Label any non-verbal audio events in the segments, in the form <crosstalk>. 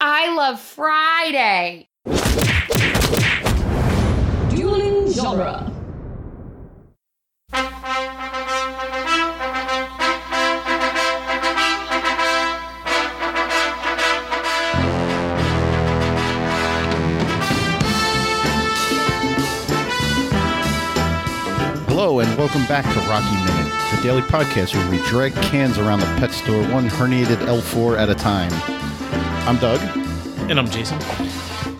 I love Friday. Dueling genre. Hello and welcome back to Rocky Minute, the daily podcast where we drag cans around the pet store one herniated L4 at a time. I'm Doug, And I'm Jason.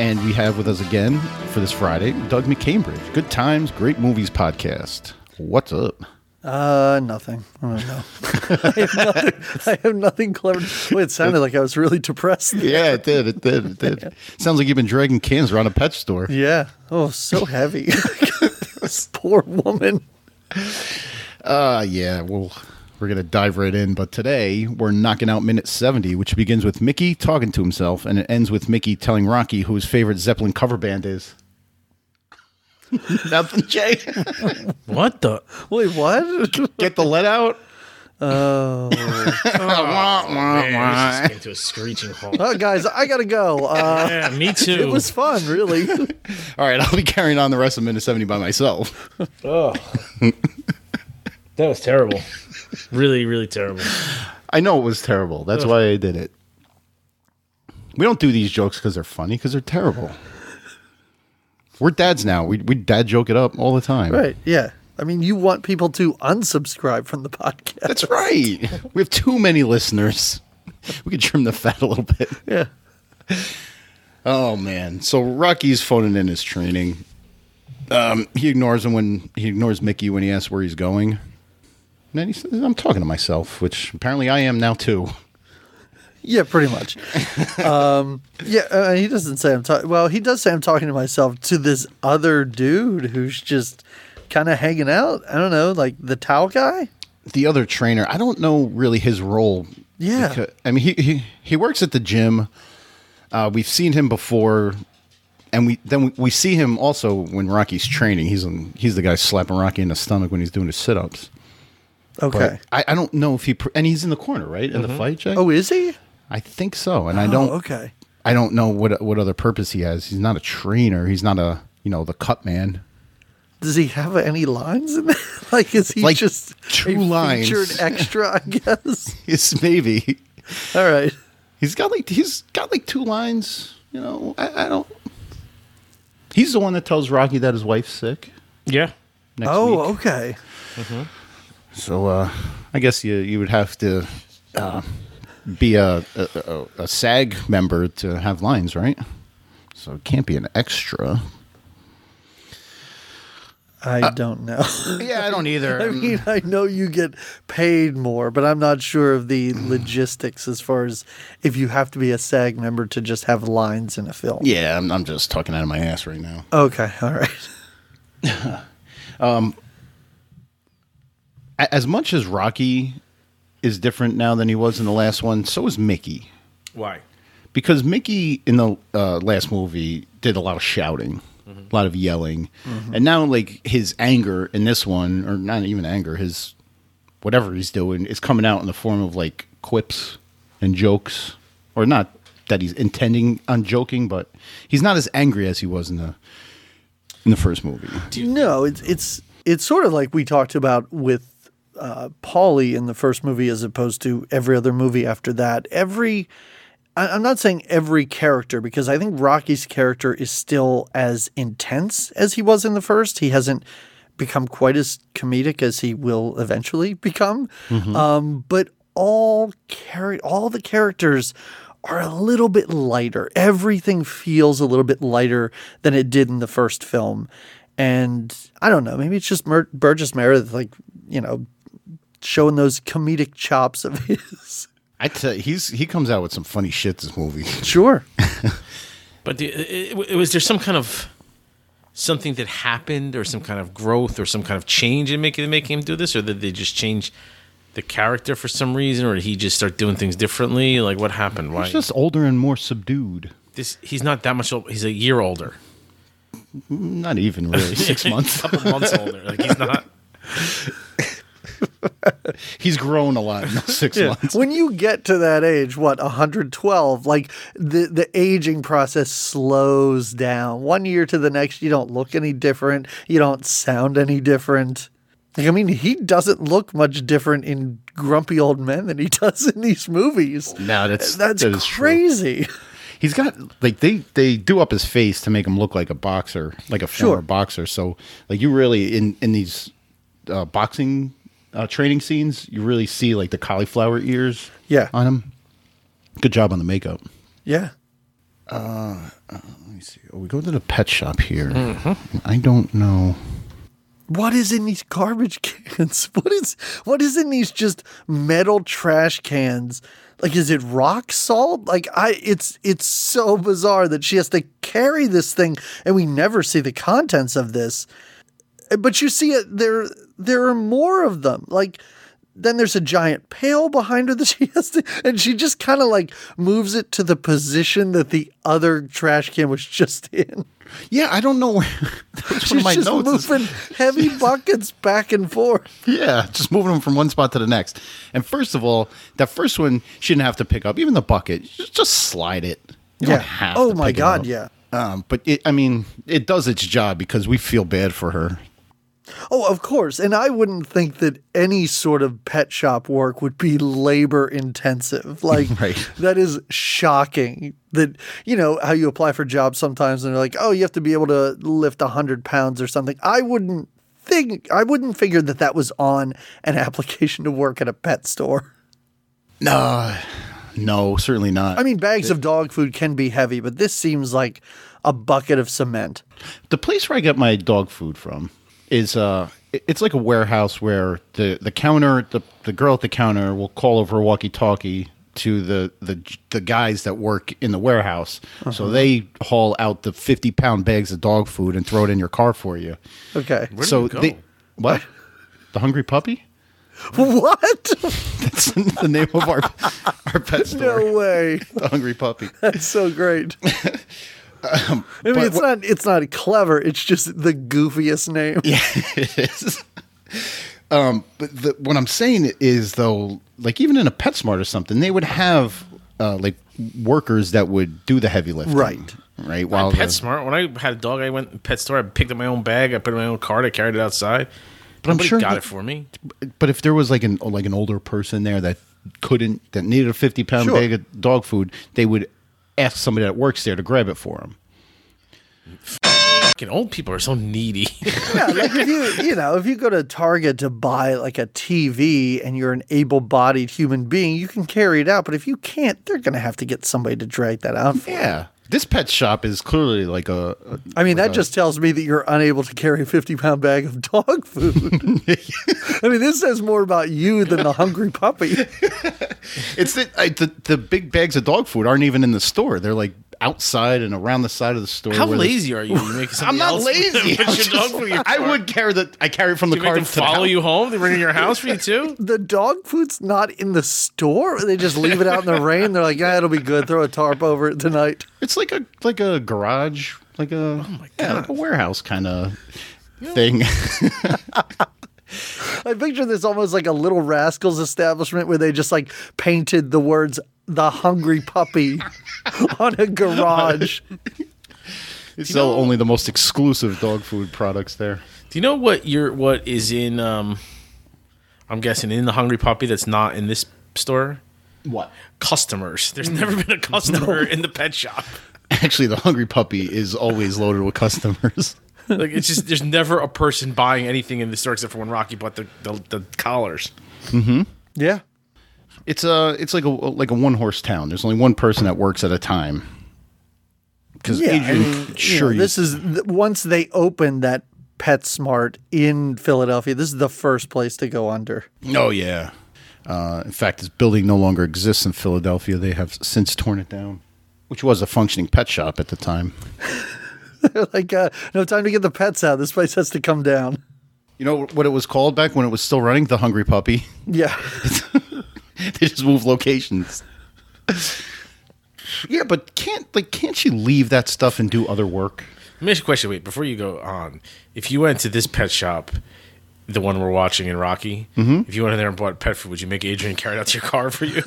and we have with us again for this Friday Doug McCambridge, Good Times, Great Movies podcast. What's up? Uh, nothing. I don't know. <laughs> I, have nothing I have nothing clever. Well, it sounded like I was really depressed. Yeah, it did. It did. It did. <laughs> Sounds like you've been dragging cans around a pet store. Yeah. Oh, so heavy. <laughs> this poor woman. Uh, yeah, well, we're going to dive right in. But today we're knocking out minute 70, which begins with Mickey talking to himself and it ends with Mickey telling Rocky who his favorite Zeppelin cover band is. <laughs> Nothing, Jay. What the? Wait, what? Get the lead out. Man, this just came to a screeching halt. Oh, guys, I gotta go. Uh, Yeah, me too. <laughs> it was fun, really. All right, I'll be carrying on the rest of minute 70 by myself. oh. that was terrible. Really, really terrible. I know it was terrible. That's why I did it. We don't do these jokes because they're funny, because they're terrible. We're dads now. We, we dad joke it up all the time. Right? Yeah. I mean, you want people to unsubscribe from the podcast. That's right. We have too many listeners. We could trim the fat a little bit. Yeah. Oh man. So Rocky's phoning in his training. Um, he ignores him when he ignores Mickey when he asks where he's going. And then he says, "I'm talking to myself," which apparently I am now too. Yeah, pretty much. um, yeah, uh, he doesn't say I'm talking. Well, he does say I'm talking to myself to this other dude who's just kind of hanging out. I don't know, like the towel guy. The other trainer, I don't know really his role. Yeah. Becau- I mean, he he, he works at the gym. Uh, we've seen him before, and we then we, we see him also when Rocky's training. He's on, he's the guy slapping Rocky in the stomach when he's doing his sit-ups. But Okay. I, I don't know if he pr- and he's in the corner, right? In the fight, Jack? oh, is he? I think so. And I don't Oh, okay. I don't know what what other purpose he has. He's not a trainer. He's not a, you know, the cut man. <laughs> Does he have any lines in there? <laughs> like, is he Like, just two a lines. featured extra? <laughs> I guess. It's maybe All right. he's got like he's got like two lines, you know. I, I don't He's the one that tells Rocky that his wife's sick Yeah. next oh, week. okay. So uh I guess you you would have to uh, be a, a, a, a SAG member to have lines, right? So it can't be an extra. I Uh, don't know. <laughs> Yeah, I don't either. I mean, I know you get paid more, but I'm not sure of the Mm. logistics as far as if you have to be a SAG member to just have lines in a film. Yeah, I'm, I'm just talking out of my ass right now. Okay. All right. A- As much as Rocky is different now than he was in the last one, so is Mickey. Why? Because Mickey in the uh, last movie did a lot of shouting, a lot of yelling. And now, like, his anger in this one, or not even anger, his whatever he's doing is coming out in the form of, like, quips and jokes. Or not that he's intending on joking, but he's not as angry as he was in the. In the first movie, No, it's it's it's sort of like we talked about with uh, Paulie in the first movie, as opposed to every other movie after that. Every I- I'm not saying every character because I think Rocky's character is still as intense as he was in the first. He hasn't become quite as comedic as he will eventually <laughs> become. Um, but all char- all the characters are a little bit lighter. Everything feels a little bit lighter than it did in the first film. And I don't know, maybe it's just Mer- Burgess Meredith, like, you know, showing those comedic chops of <laughs> his. I tell you, he's he comes out with some funny shit. This movie, Sure. But the, it, it, was there some kind of something that happened, or some kind of growth, or some kind of change in making making him do this, or did they just change the character for some reason, or did he just start doing things differently? Like what happened? Why? He's just older and more subdued. this, he's not that much. old He's a year older, <laughs> Not even really six months. couple months older. Like he's not. He's grown a lot in those six months. When you get to that age, what 112, like the the aging process slows down. One year to the next, you don't look any different. You don't sound any different. Like, I mean, he doesn't look much different in Grumpy Old Men than he <laughs> does in these movies. No, that's- that's that is true. crazy. He's got like they they do up his face to make him look like a boxer, like a former Sure. boxer. So like you really in in these uh, boxing uh, training scenes, you really see like the cauliflower ears. Yeah. on him. Good job on the makeup. Yeah. Let me see. Oh, we go to the pet shop here. I don't know. What is in these garbage <laughs> cans? What is what is in these just metal trash cans? Like is it rock salt? Like I it's it's so bizarre that she has to carry this thing and we never see the contents of this. Uh, But you see it there there are more of them. Like then there's a giant pail behind her that <laughs> she has to and she just kind of like moves it to the position that the other trash can was just in. Yeah, I don't know. where- <laughs> That's one of She's my just notes. is- <laughs> moving heavy buckets back and forth. Yeah, just moving them from one spot to the next. And first of all, that first one she didn't have to pick up, even the bucket. Just just slide it. You don't have oh to my pick it god, up. yeah. Um, but it, I mean, it does its job because we feel bad for her. Oh, of course. And I wouldn't think that any sort of pet shop work would be <laughs> labor intensive. Like Right. that is shocking. That you know how you apply for jobs sometimes and they're like, oh, you have to be able to lift hundred pounds or something. I wouldn't think I wouldn't figure that that was on an <laughs> application to work at a pet store. No, no, certainly not. I mean, bags of dog food can be heavy, but this seems like a bucket of cement. the place where I get my dog food from is uh, it- it's like a warehouse where the the counter, the the girl at the counter will call over a walkie-talkie to the the the guys that work in the warehouse, Uh-huh. so they haul out the fifty pound bags of dog food and throw it in your car for you. Okay. Where did so it go? they what the hungry puppy? <laughs> <laughs> What? That's the name of our our <laughs> pet store. No way. The hungry puppy. That's so <laughs> great. I mean, Um, but it's not it's not clever. It's just the goofiest name. is. Um, but the, what I'm saying is, though, like even in a PetSmart or something, they would have uh, like workers that would do the heavy lifting, Right. Right. Well, While the- pet smart. When I had a dog, I went to the pet store. I picked up my own bag. I put it in my own cart. I carried it outside. But I'm Nobody sure got that- it for me. but if there was like an like an older person there that couldn't that needed a 50 pound Sure. bag of dog food, they would ask somebody that works there to grab it for them. Fucking old people are so <laughs> needy. <laughs> Yeah, like if you you know if you go to Target to buy like a TV and you're an able-bodied human being, you can carry it out. But if you can't, they're going to have to get somebody to drag that out. For you. Yeah. This pet shop is clearly like a, a I mean, that just tells me that you're unable to carry a 50-pound bag of dog food. <laughs> <laughs> I mean, this says more about you than the hungry puppy. It's the, I, the the big bags of dog food aren't even in the store. They're like outside and around the side of the store. How where the- lazy are you? you <laughs> make I'm somebody not else lazy. <laughs> put I'm your just- dog for <laughs> your I car? would carry the. I carry it from the You car make them to the follow house. you home. They bring it in your house for you <laughs> too. the dog food's not in the store. They just leave it out in the rain. They're like, yeah, it'll be good. Throw a tarp over it tonight. It's like a like a garage, like a Oh yeah, like a warehouse kind of thing. <laughs> I picture this almost like a little rascals establishment where they just like painted the words "the hungry puppy" <laughs> on a garage. They sell only the most exclusive dog food products there. Do you know what your what is in? Um, I'm guessing in the Hungry Puppy that's not in this store. What? Customers. There's Mm. never <laughs> been a customer in the pet shop. Actually, the hungry puppy is always loaded with customers. <laughs> Like it's just there's never a person buying anything in the store except for when Rocky bought the the, the collars. Yeah, It's a it's like a like a one horse town. There's only one person that works at a time. Because yeah. I Adrian, mean, you sure, know, you this is th- once they opened that PetSmart in Philadelphia. This is the first place to go under. <laughs> Oh yeah. Uh, in fact, this building no longer exists in Philadelphia. They have since torn it down, which was a functioning pet shop at the time. like, uh, no time to get the pets out. This place has to come down. You know what it was called back when it was still running? The Hungry Puppy. <laughs> Yeah. they just moved locations. yeah, but can't like can't she leave that stuff and do other work? Let me ask you a question. Wait, before you go on, if you went to this pet shop the one we're watching in Rocky. Mm-hmm. If you went in there and bought pet food, would you make Adrian carry it out to your car <laughs> for you?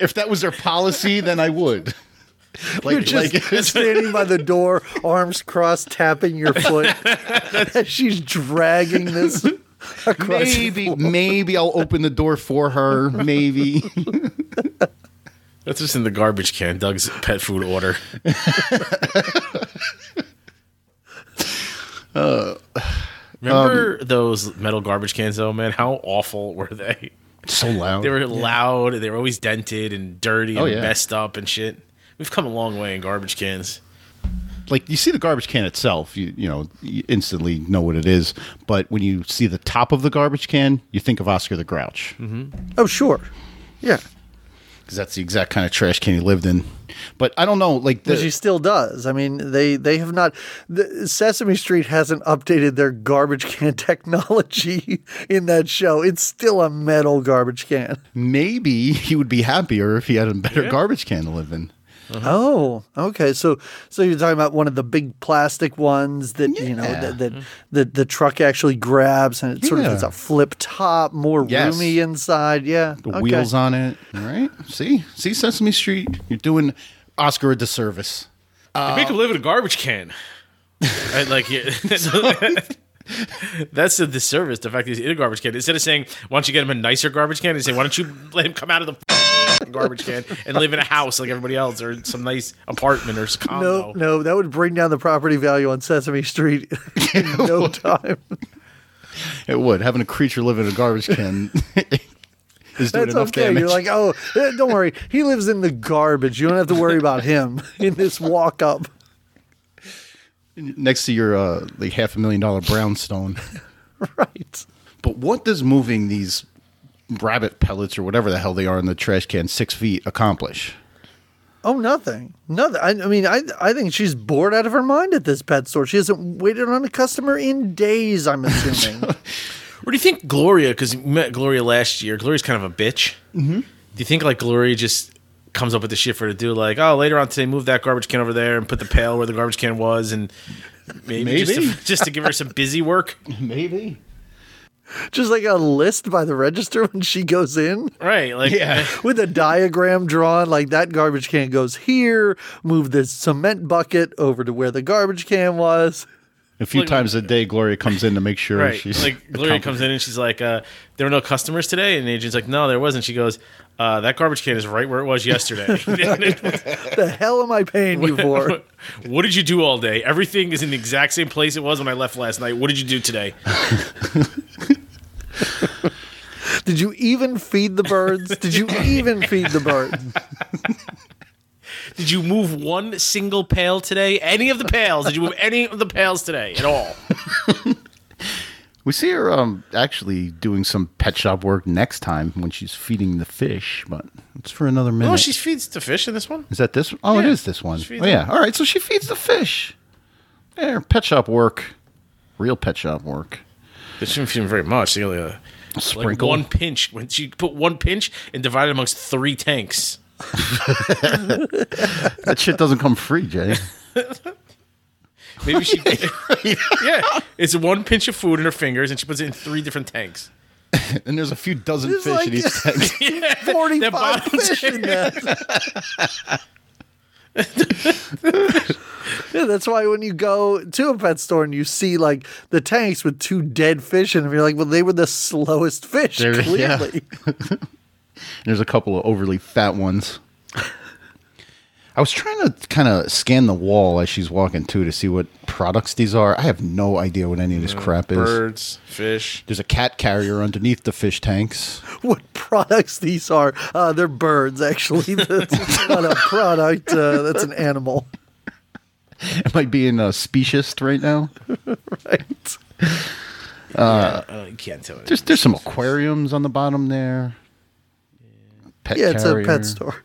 If that was their policy, then I would. Like, You're just like <laughs> standing by the door, arms crossed, tapping your <laughs> foot as <laughs> she's dragging this across. maybe, <laughs> maybe I'll open the door for her. Maybe. That's just in the garbage can. Doug's pet <laughs> food order. Uh, Remember um, those metal garbage cans, though, man? How awful were they? so loud. They were loud. They were always dented and dirty and Oh, yeah. messed up and shit. We've come a long way in garbage cans. like you see the garbage can itself, you you know, you instantly know what it is. But when you see the top of the garbage can, you think of Oscar the Grouch because Oh, sure. Yeah. that's the exact kind of trash can he lived in. But I don't know, like But she the, still does. I mean, they they have not. The, Sesame Street hasn't updated their garbage can <laughs> technology in that show. It's still a metal garbage can. maybe he would be happier if he had a better garbage can to live in. Oh, okay. So so you're talking about one of the big plastic ones that you know Yeah. that that the, the truck actually grabs and it sort of Yeah. has a flip top, more Yes. roomy inside. Yeah, The wheels on it, all right? See, see Sesame Street, you're doing Oscar a disservice. They make him live in a garbage <laughs> can. Right, like yeah, <laughs> that's a disservice. The fact that he's in a garbage can. Instead of saying, "Why don't you get him a nicer garbage can?" They say, "Why don't you let him come out of the <laughs> garbage can and live in a house like everybody else, or in some nice apartment or some condo?" No, no, that would bring down the property value on Sesame Street <laughs> <laughs> in no time. It would having a creature live in a garbage <laughs> can is doing That's enough okay. damage. You're like, oh, eh, don't worry. He lives in the garbage. You don't have to worry about him <laughs> in this walk up. Next to your uh, like half a million dollar brownstone. <laughs> Right. But what does moving these rabbit pellets or whatever the hell they are in the trash can six feet accomplish? Oh, nothing. Nothing. I, I mean, I, I think she's bored out of her mind at this pet store. She hasn't waited on a customer in days, I'm assuming. Or do you think Gloria? Because you met Gloria last year. Gloria's kind of a bitch. Mm-hmm. Do you think like Gloria just comes up with the shit for her to do? Like, oh, later on today, move that garbage can over there and put the pail where the garbage can was, and maybe, Just, Maybe. to, just to give her some busy work, Maybe. Just like a list by the register when she goes in. right? Like, Yeah. With a diagram drawn, like that garbage can goes here, move this cement bucket over to where the garbage can was. A few times a day, Gloria comes in to make sure Right. she's <laughs> like Gloria comes in and she's like, uh, "There were no customers today," and the agent's like, "No, there wasn't." She goes, uh, "That garbage can is right where it was yesterday." <laughs> The hell am I paying you for? what did you do all day? Everything is in the exact same place it was when I left last night. What did you do today? Did you even feed the birds? Did you even feed the birds? Did you move one single pail today? Any of the pails? Did you move any of the pails today at all? We see her um, actually doing some pet shop work next time when she's feeding the fish, but it's for another minute. <laughs> Oh, she feeds the fish in this one. is that this one? Oh, it Yeah. is this one. feeds Oh, yeah. All right. So she feeds the fish. There, pet shop work. Real pet shop work. They shouldn't feed him very much. They only, uh, like Sprinkle. one pinch. When she put one pinch and divided amongst three tanks. That shit doesn't come free, Jay. Maybe <laughs> she. yeah, it's one pinch of food in her fingers, and she puts it in three different tanks. <laughs> and there's a few dozen It's fish like- in <laughs> <laughs> each tank. 45 bottom fish in that. <laughs> yeah, that's why when you go to a pet store and you see like the tanks with two dead fish in them, you're like, well, they were the slowest fish, They're- yeah. clearly. <laughs> There's a couple of overly fat ones. I was trying to kind of scan the wall as she's walking too to see what products these are. I have no idea what any of this crap is. Birds, fish. There's a cat carrier underneath the fish tanks. What products these are? Uh, they're birds, actually. <laughs> That's not a product, uh, that's an animal. Am I being uh, speciest right now? Right. Oh, you can't tell it. There's there's some aquariums on the bottom there. Pet Yeah, it's a carrier. pet store.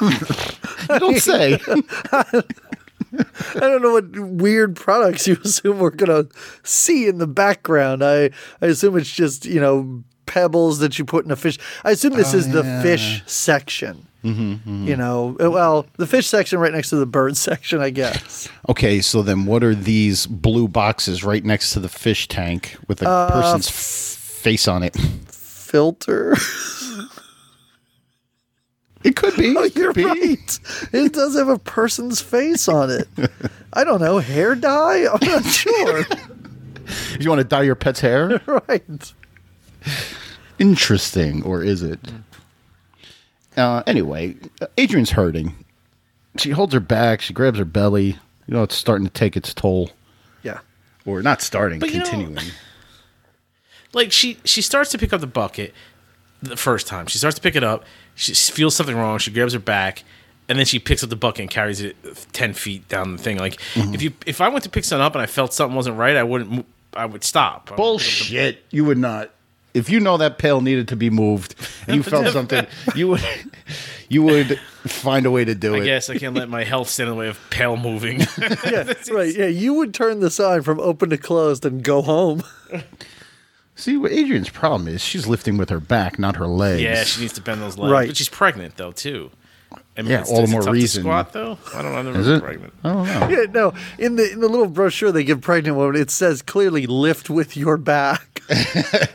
You don't <laughs> say. I don't know what weird products you <laughs> assume we're gonna see in the background. I I assume Oh, it's just you know pebbles that you put in a fish. I assume this is the fish section. Mm-hmm, You know, uh, well, the fish section right next to the bird <laughs> section, I guess. Okay, so then what are these blue boxes right next to the fish tank with a Uh, person's f- face on it? <laughs> Filter. It could <laughs> be. it could Oh, You're be. right. It does have a person's face <laughs> on it. I don't know, hair dye? I'm not sure. <laughs> You want to dye your pet's hair? right. Interesting, or is it? Mm. Uh, anyway, Adrian's hurting. She holds her back. She grabs her belly. You know, it's starting to take its toll, Yeah. or not starting, But you know- continuing. like she she starts to pick up the bucket the first time she starts to pick it up she s- feels something wrong she grabs her back and then she picks up the bucket and carries it 10 feet down the thing like if you if i went to pick something up and i felt something wasn't right i wouldn't mo- i would stop I would pick up the- Bullshit. You would not. If you know that pail needed to be moved and you <laughs> felt something, you would you would find a way to do i it. guess i can't let my health stand in the way of pale <laughs> moving Yeah, right. Yeah, you would turn the sign from open to closed and go home. See what Adrian's problem is, she's lifting with her back, not her legs. yeah she needs to bend those legs Right. but she's pregnant though too I mean, Yeah, it's- all the is it more tough to reason. squat though i don't know i'm never Is it? pregnant I don't <laughs> know. <laughs> Yeah, no. In the in the little brochure they give pregnant women, it says clearly lift with your back.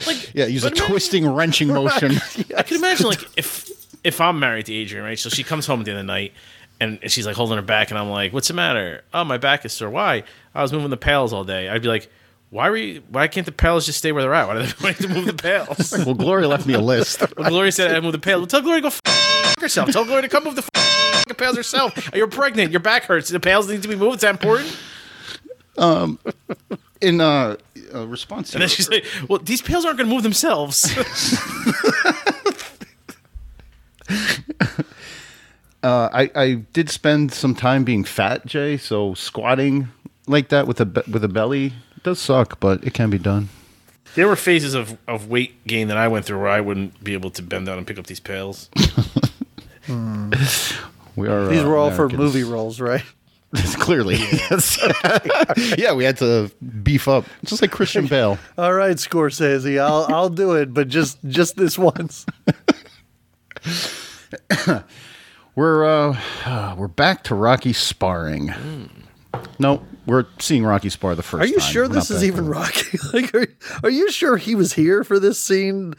like Yeah, use a but imagine- twisting, <laughs> wrenching motion. I can imagine like if if I'm married to Adrian, right? So she comes home at the end of the night and she's like holding her back, and I'm like, "What's the matter? Oh, my back is sore. Why? I was moving the pails all day." I'd be like, "Why were you? Why can't the pails just stay where they're at? Why do they <laughs> want to move the pails?" <laughs> well, Gloria left me a list. Well, Gloria said, "I moved the pails." Well, tell Gloria to go f- herself. Tell Gloria to come move the f- pails herself. You're pregnant. Your back hurts. The pails need to be moved. It's that important. In uh, uh response to And then she's like, "Well, these pails aren't going to move themselves." <laughs> uh, I, I did spend some time being fat, Jay. So squatting like that with a be- with a belly does suck, but it can be done. There were phases of, of weight gain that I went through where I wouldn't be able to bend down and pick up these pails. We are <laughs> These uh, were all for Americans. movie roles, right? <laughs> clearly. <laughs> Yes. <laughs> yeah, we had to beef up, just like Christian <laughs> Bale. All right, Scorsese, I'll I'll do it, but just just this once. We're uh, <sighs> we're back to Rocky sparring. Hmm. No, we're seeing Rocky spar the first. Are you time. sure We're this not is back even to- Rocky? <laughs> Like, are, are you sure he was here for this scene?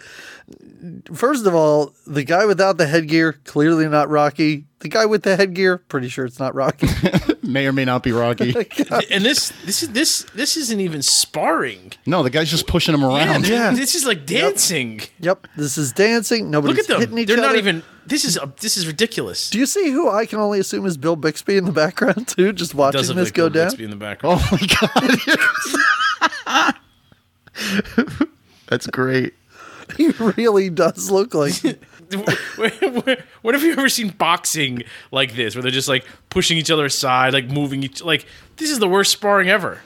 First of all, the guy without the headgear, clearly not Rocky. The guy with the headgear, pretty sure it's not Rocky. <laughs> May or may not be Rocky. <laughs> and this this is this this isn't even sparring. no, the guy's just pushing him Yeah, around. th- Yeah. this is like dancing. yep, this is dancing. Nobody's Look at them; hitting each they're not other. even. This is a, this is ridiculous. Do you see who I can only assume is Bill Bixby in the background <laughs> too? Just watching look this like go Bill down. Bixby in the background. <laughs> Oh my god. <laughs> That's great. <laughs> He really does look <laughs> like. <laughs> Where- where- what have you ever seen boxing like this, where they're just like pushing each other aside, like moving each? Like this is the worst sparring ever.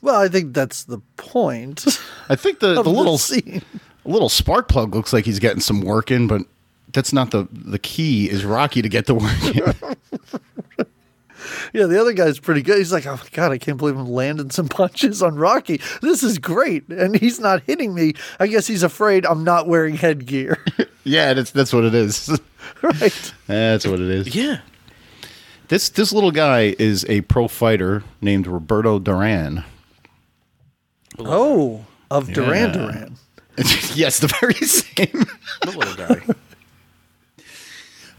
well, I think that's the point. I think the, the of the little <laughs> scene. little spark plug looks like he's getting some work in, but that's not the the key. Is Rocky to get the work in? Yeah, the other guy's pretty good. He's like, oh my God, I can't believe I'm landing some <laughs> punches on Rocky. This is great. And he's not hitting me. I guess he's afraid I'm not wearing headgear. <laughs> yeah, that's that's what it is. <laughs> right. that's what it is. Yeah, This this little guy is a pro fighter named Roberto Duran. <laughs> Oh, of Duran Duran. yes, the very <laughs> same. the little <laughs> guy.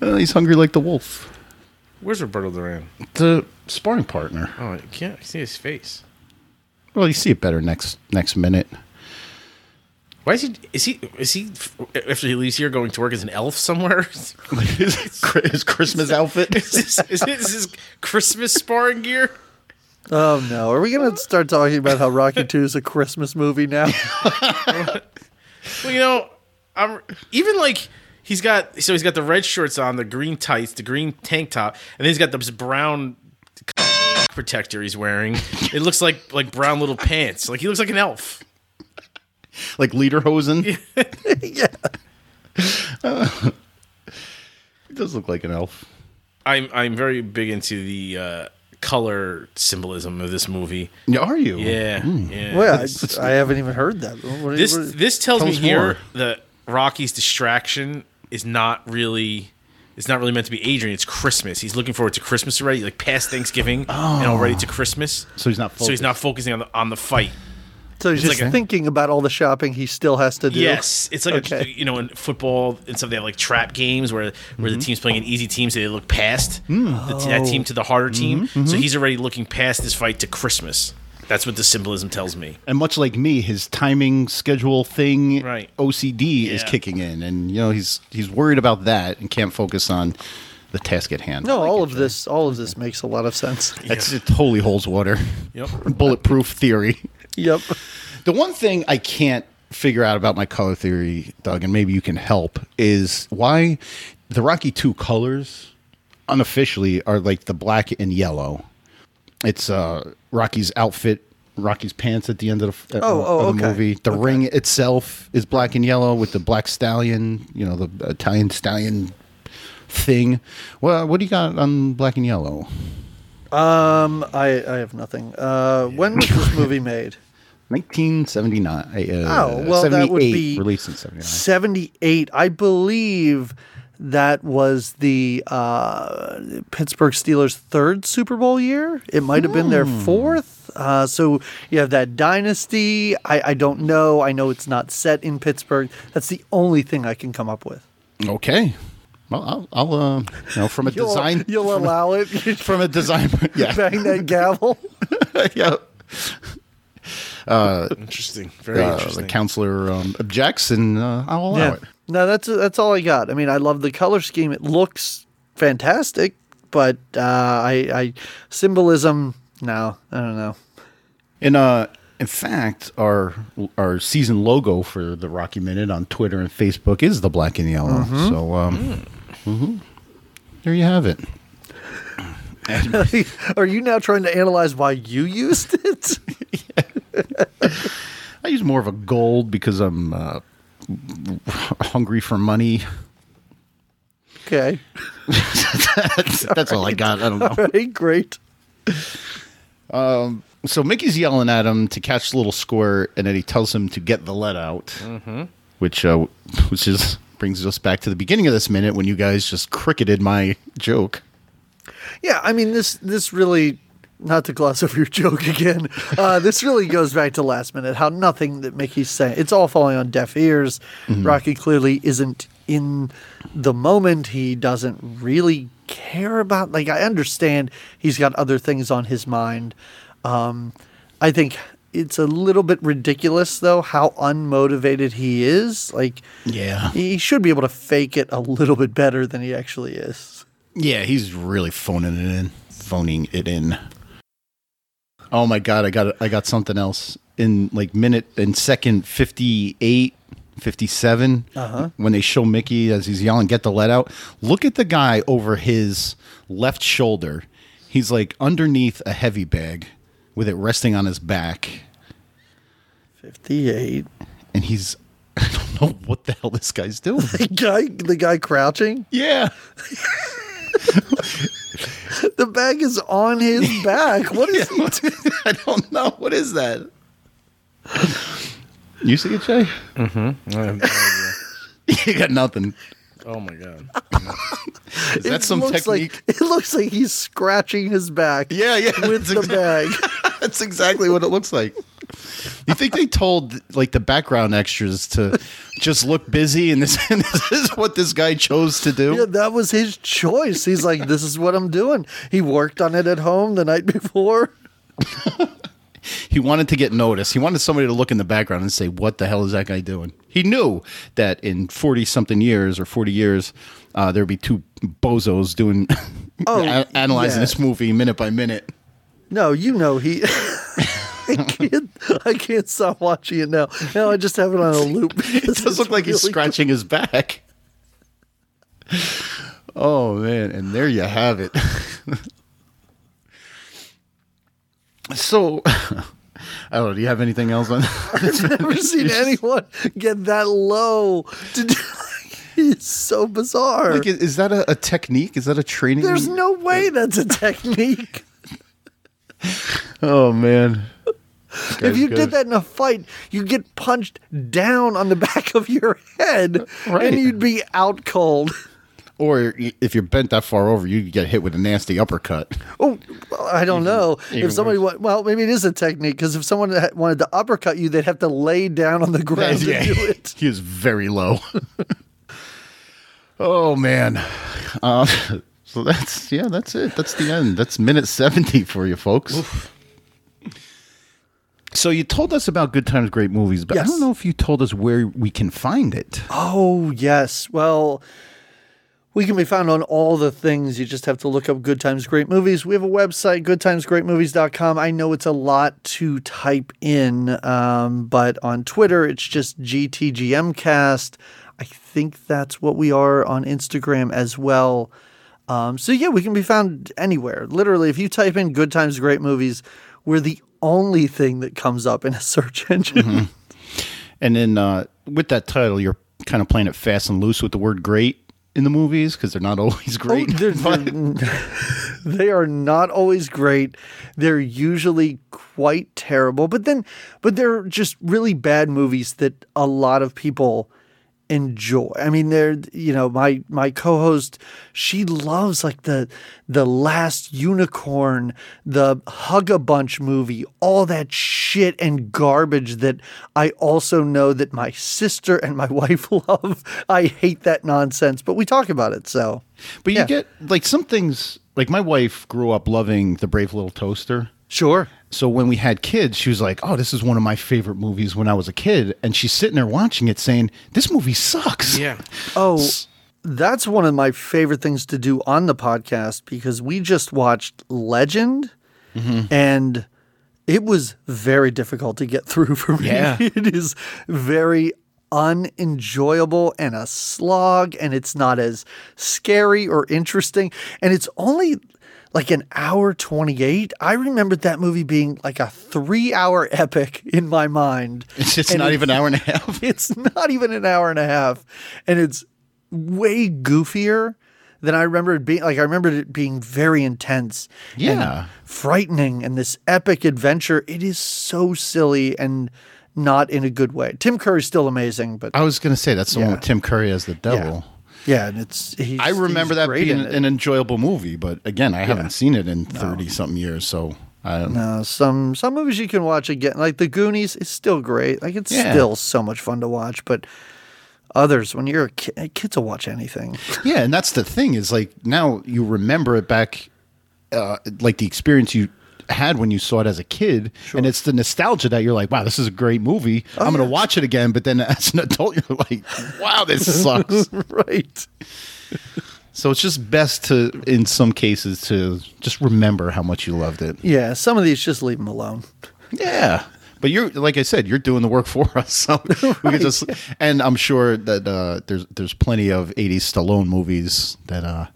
Uh, he's hungry like the wolf. Where's Roberto Duran? The sparring partner. Oh, I can't see his face. Well, you see it better next next minute. <laughs> Why is he? Is he? Is he? After he leaves here, going to work as an elf somewhere? <laughs> his, his Christmas outfit. is, this, is, this, is this Christmas sparring gear? Oh, no. Are we going to start talking about <laughs> how Rocky 2 is a Christmas movie now? Well, you know, I'm even like he's got so he's got the red shorts on, the green tights, the green tank top, and then he's got this brown <laughs> protector he's wearing. It looks like like brown little pants. Like he looks like an elf. like Lederhosen. yeah. <laughs> he does look like an elf. I'm I'm very big into the uh, color symbolism of this movie. Yeah, are you? Yeah, yeah. well, I, I haven't even heard that. What- this what- this tells Tell me us here more. that Rocky's distraction is not really it's not really meant to be Adrian. It's Christmas. He's looking forward to Christmas already, like past Thanksgiving and already to Christmas. Oh. So he's not So he's not focusing on the on the fight. So he's just like a- thinking about all the shopping he still has to do. Yes, it's like a, Okay. you know in football and stuff they have like trap games where where Mm-hmm. the team's playing an easy team so they look past Mm. the t- that Oh. team to the harder Mm-hmm. team. So he's already looking past this fight to Christmas. That's what the symbolism tells me. and much like me, his timing schedule thing, Right. OCD is Yeah. kicking in, and you know he's he's worried about that and can't focus on the task at hand. No, all of this, all of this makes a lot of <laughs> sense. That's, it totally holds water. Yep. Bulletproof theory. yep. The one thing I can't figure out about my color theory, Doug, and maybe you can help, is why the Rocky Two colors unofficially are like the black and yellow. It's uh, Rocky's outfit, Rocky's pants at the end of the, Oh, oh, of the okay. movie. The ring itself is black and yellow with the black stallion, you know, the Italian stallion thing. Well, what do you got on black and yellow? Um, I, I have nothing. Uh, when <laughs> was this movie Uh, made? 1979. Uh, Oh, well, that would 78, be released in 79. 78. I believe that was the uh, Pittsburgh Steelers' third Super Bowl year. It might have been their Hmm. fourth. Uh, so you have that dynasty. I, I don't know. I know it's not set in Pittsburgh. That's the only thing I can come up with. Okay. Well, I'll, I'll uh, you know, from a <laughs> You'll, design, you'll allow it. <laughs> <laughs> You from a design, yeah, bang that gavel. <laughs> yeah. Interesting, very Uh, the interesting. counselor um, objects, and uh, I'll allow it. No, that's that's all I got. I mean, I love the color scheme. It looks fantastic, but uh, I, I symbolism. No, I don't know. And uh, in fact, our our season logo for the Rocky Minute on Twitter and Facebook is the black and yellow. Mm-hmm. So, um, Mm. mhm. there you have it. <laughs> Are you now trying to analyze why you used <laughs> it? I use more of a gold because I'm uh, <laughs> hungry for money. <laughs> okay, That's, that's all I got. I don't know. Hey, great. so Mickey's yelling at him to catch the little squirt, and then he tells him to get the lead out, which uh, <laughs> which is brings us back to the beginning of this minute when you guys just cricketed my joke. Yeah, I mean this this really not to gloss over your joke again. Uh, this really goes back to last minute how nothing that Mickey's saying it's all falling on deaf ears. Rocky clearly isn't in the moment. He doesn't really care about like I understand he's got other things on his mind. Um, I think it's a little bit ridiculous though how unmotivated he is. Like Yeah, he should be able to fake it a little bit better than he actually is. yeah, he's really phoning it in, phoning it in. Oh my god, I got I got something else in like minute and second 58, 57, when they show Mickey as he's yelling, "Get the lead out!" Look at the guy over his left shoulder. He's like underneath a heavy bag with it resting on his back, 58. and he's <laughs> I don't know what the hell this guy's doing. The guy, the guy crouching. yeah, The bag is <laughs> on his back. What is he? I don't know what is that. You see it, Jay? <laughs> Mm-hmm. you got nothing. oh <laughs> my god! Is that it some looks technique? <laughs> Like, <laughs> it looks like he's scratching his back. yeah, yeah. with the that's, exa- bag. <laughs> that's exactly what it looks like. You think they told like the background extras to just look busy, and this, <laughs> and this is what this guy chose to do? Yeah, that was his choice. He's like, this is what I'm doing. He worked on it at home the night before. He wanted to get noticed. He wanted somebody to look in the background and say, "What the hell is that guy doing?" He knew that in forty something years or forty years, uh, there'd be two bozos doing <laughs> Oh, a- analyzing yeah. this movie minute by <laughs> minute. No, you know he. <laughs> I can't. I can't stop watching it now. Now I just have it on a loop. <laughs> It does look like he's scratching his back. <laughs> Oh man, and there you have it. <laughs> so, <laughs> I don't know. Do you have anything else <laughs> on? never seen anyone get that low. To do, <laughs> it's so bizarre. Like, is, is that a, a technique? Is that a training? There's no way that's <laughs> a technique. Oh man. if you did that in a fight, you'd get <laughs> punched down on the back of your head Uh, Right. and you'd be out cold. <laughs> Or y- if you're bent that far over, you get hit with a nasty <laughs> uppercut. Oh, well, I don't know. even If somebody wa- well, maybe it is a technique because if someone ha- wanted to uppercut you, they'd have to lay down on the ground to do it. <laughs> He is very low. <laughs> oh man. Uh, <laughs> so that's yeah, that's it. That's the end. That's minute seventy for you folks. So you told us about good times, great movies, but I Yes. don't know if you told us where we can find it. Oh yes. Well, we can be found on all the things. You just have to look up Good Times Great Movies. We have a website, goodtimesgreatmovies.com. I know it's a lot to type in, um, but on Twitter, it's just GTGMcast. I think that's what we are on Instagram as well. Um, so yeah, we can be found anywhere. Literally, if you type in Good Times Great Movies, we're the only thing that comes up in a search <laughs> engine. And then uh, with that title, you're kind of playing it fast and loose with the word "great" in the movies because they're not <laughs> always Oh, great. they're, <laughs> they're- they are not always great. They're usually quite terrible. But then, but they're just really bad movies that a lot of people enjoy. I mean, they're you know my my co-host she loves like the the Last Unicorn, the Hug a Bunch movie, all that shit and garbage that I also know that my sister and my <laughs> wife love. I hate that nonsense, but we talk about it so. but you yeah. get like some things. Like my wife grew up loving the Brave Little Toaster. Sure. So when we had kids, she was like, "Oh, this is one of my favorite movies when I was a kid," and she's sitting there watching it, saying, "This movie sucks." Yeah. Oh, that's one of my favorite things to do on the podcast because we just watched Legend and it was very difficult to get through <laughs> for me. Yeah. It is very unenjoyable and a slog and it's not as scary or interesting and it's only like an hour 28 i remembered that movie being like a three hour <laughs> epic in my mind <laughs> it's just And not it even an hour and a <laughs> half. it's not even an hour and a half and it's way goofier than i remember it being like i remembered it being very intense and Yeah. frightening and this epic adventure it is so silly and not in a good way tim curry's still amazing but I was gonna say that's the one Yeah. with Tim Curry as the devil. yeah and it's he's, I remember he's that great being in it. an enjoyable movie, but again, I haven't seen it in thirty something years, so I don't know. Uh, some some movies you can watch again, like The Goonies is still great. Like it's Yeah. still so much fun to watch. But others, when you're a kid, kids will <laughs> watch anything. Yeah, and that's the thing is like now you remember it back, uh, like the experience you had when you saw it as a kid, and it's the nostalgia that you're like, wow, this is a great movie. I'm gonna watch it again, but then as an adult, you're like, wow, this sucks. right. so it's just best to, in some cases, to just remember how much you loved it. Yeah, some of these just leave them alone. Yeah. But you're like I said, you're doing the work for <laughs> us. So we could just and I'm sure that uh, there's there's plenty of 80s Stallone movies that uh,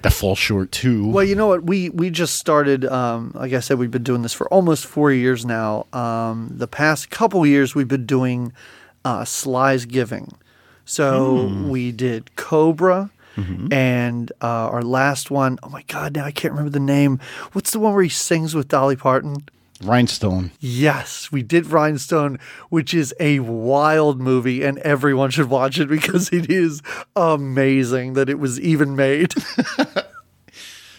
that fall short too. Well, you know what? We we just started. Um, like I said, we've been doing this for almost four years now. Um, the past couple years, we've been doing uh, Sly's Giving. So we did Cobra, and uh, our last one. Oh my God! Now I can't remember the name. What's the one where he sings with Dolly Parton? Rhinestone. Yes, we did Rhinestone, which is a wild movie, and everyone should watch it because it is amazing that it was even made. <laughs>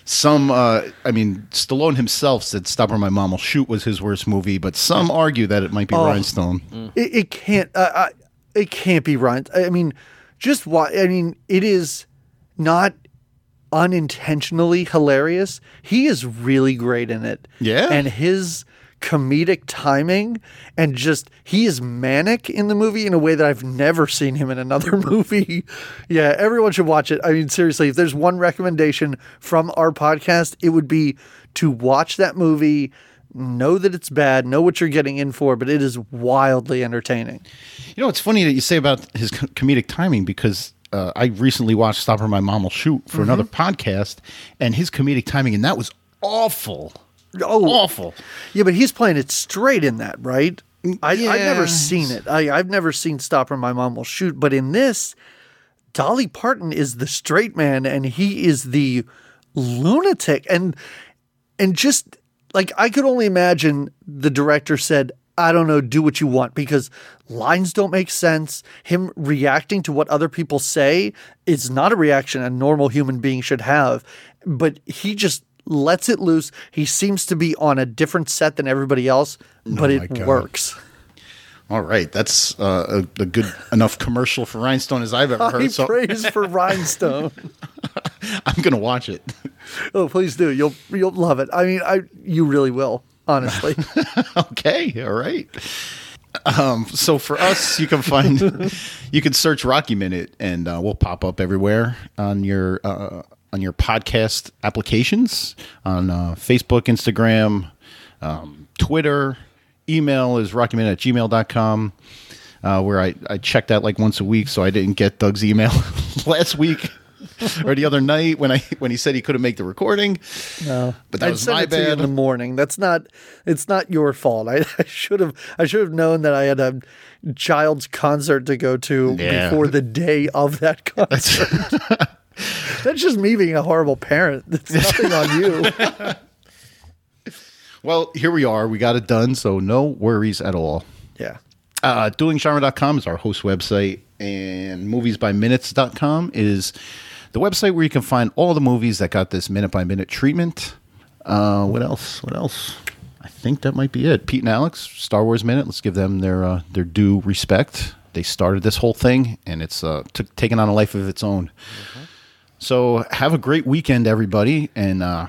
Some uh, I mean Stallone himself said Stop or My Mom Will Shoot was his worst movie, but some argue that it might be Rhinestone. It, it can't. Uh, I, it can't be Ryan. I mean, just why? I mean, it is not unintentionally hilarious. He is really great in it. Yeah. and his comedic timing and just he is manic in the movie in a way that I've never seen him in another <laughs> movie. yeah, everyone should watch it. I mean, seriously, if there's one recommendation from our podcast, it would be to watch that movie. Know that it's bad, know what you're getting in for, but it is wildly entertaining. You know, it's funny that you say about his co- comedic timing because uh, I recently watched Stop or My Mom Will Shoot for another podcast, and his comedic timing, and that was awful. Oh, Awful. Yeah, but he's playing it straight in that, right? I, I've yeah. never seen it. I, I've never seen Stop or My Mom Will Shoot. But in this, Dolly Parton is the straight man and he is the lunatic. And and just like I could only imagine the director said, I don't know, do what you want because lines don't make sense. Him reacting to what other people say is not a reaction a normal human being should have, but he just lets it loose. He seems to be on a different set than everybody else, but Oh my it God. <laughs> works. All right, that's uh, a, a good enough commercial for Rhinestone as I've <laughs> ever High heard. So praise <laughs> for Rhinestone. I'm gonna watch it. oh, please do. You'll you'll love it. I mean, I you really will. Honestly, <laughs> okay, all right. Um, so for us, you can <laughs> find, you can search Rocky Minute, and uh, we'll pop up everywhere on your uh, on your podcast applications on uh, Facebook, Instagram, um, Twitter. Email is rockyminute at gmail.com, uh, where I, I check that like once a week, so I didn't get Doug's email <laughs> last <laughs> week or the other night when I when he said he couldn't make the recording. No, but that I was sent my it to you bad. in the morning. That's not. It's not your fault. I, <laughs> I should have. I should have known that I had a child's concert to go to Yeah. before the day of that concert. That's just me being a horrible parent. It's nothing on you. Well, here we are. We got it done, so no worries at all. Yeah. Uh, DuelingGenre.com is our host website, and MoviesByMinutes.com is the website where you can find all the movies that got this minute by minute treatment. Uh, what else? What else? I think that might be it. Pete and Alex, Star Wars Minute. Let's give them their uh, their due respect. They started this whole thing, and it's uh, took taken on a life of its own. So have a great weekend, everybody, and uh,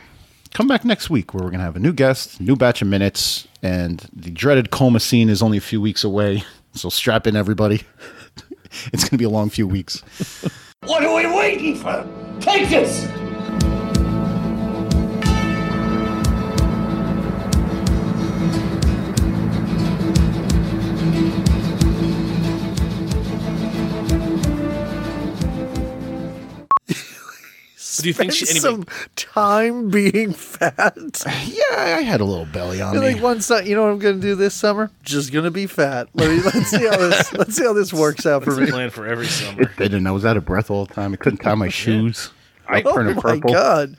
come back next week where we're gonna have a new guest, new batch of minutes, and the dreaded coma scene is only a few weeks away. <laughs> So strap in, everybody. <laughs> it's gonna be a long few weeks. What are we waiting for? Take this! Do you think she, Spend anyway, some time being fat. <laughs> Yeah, I had a little belly on You're me. like one su- you know what I'm going to do this summer? Just going to be fat. Let me, let's see how this. Let's see how this works out for that's a me. plan for every summer. <laughs> I didn't. know. I was out of breath all the time. I couldn't tie oh my shoes. I Oh my god!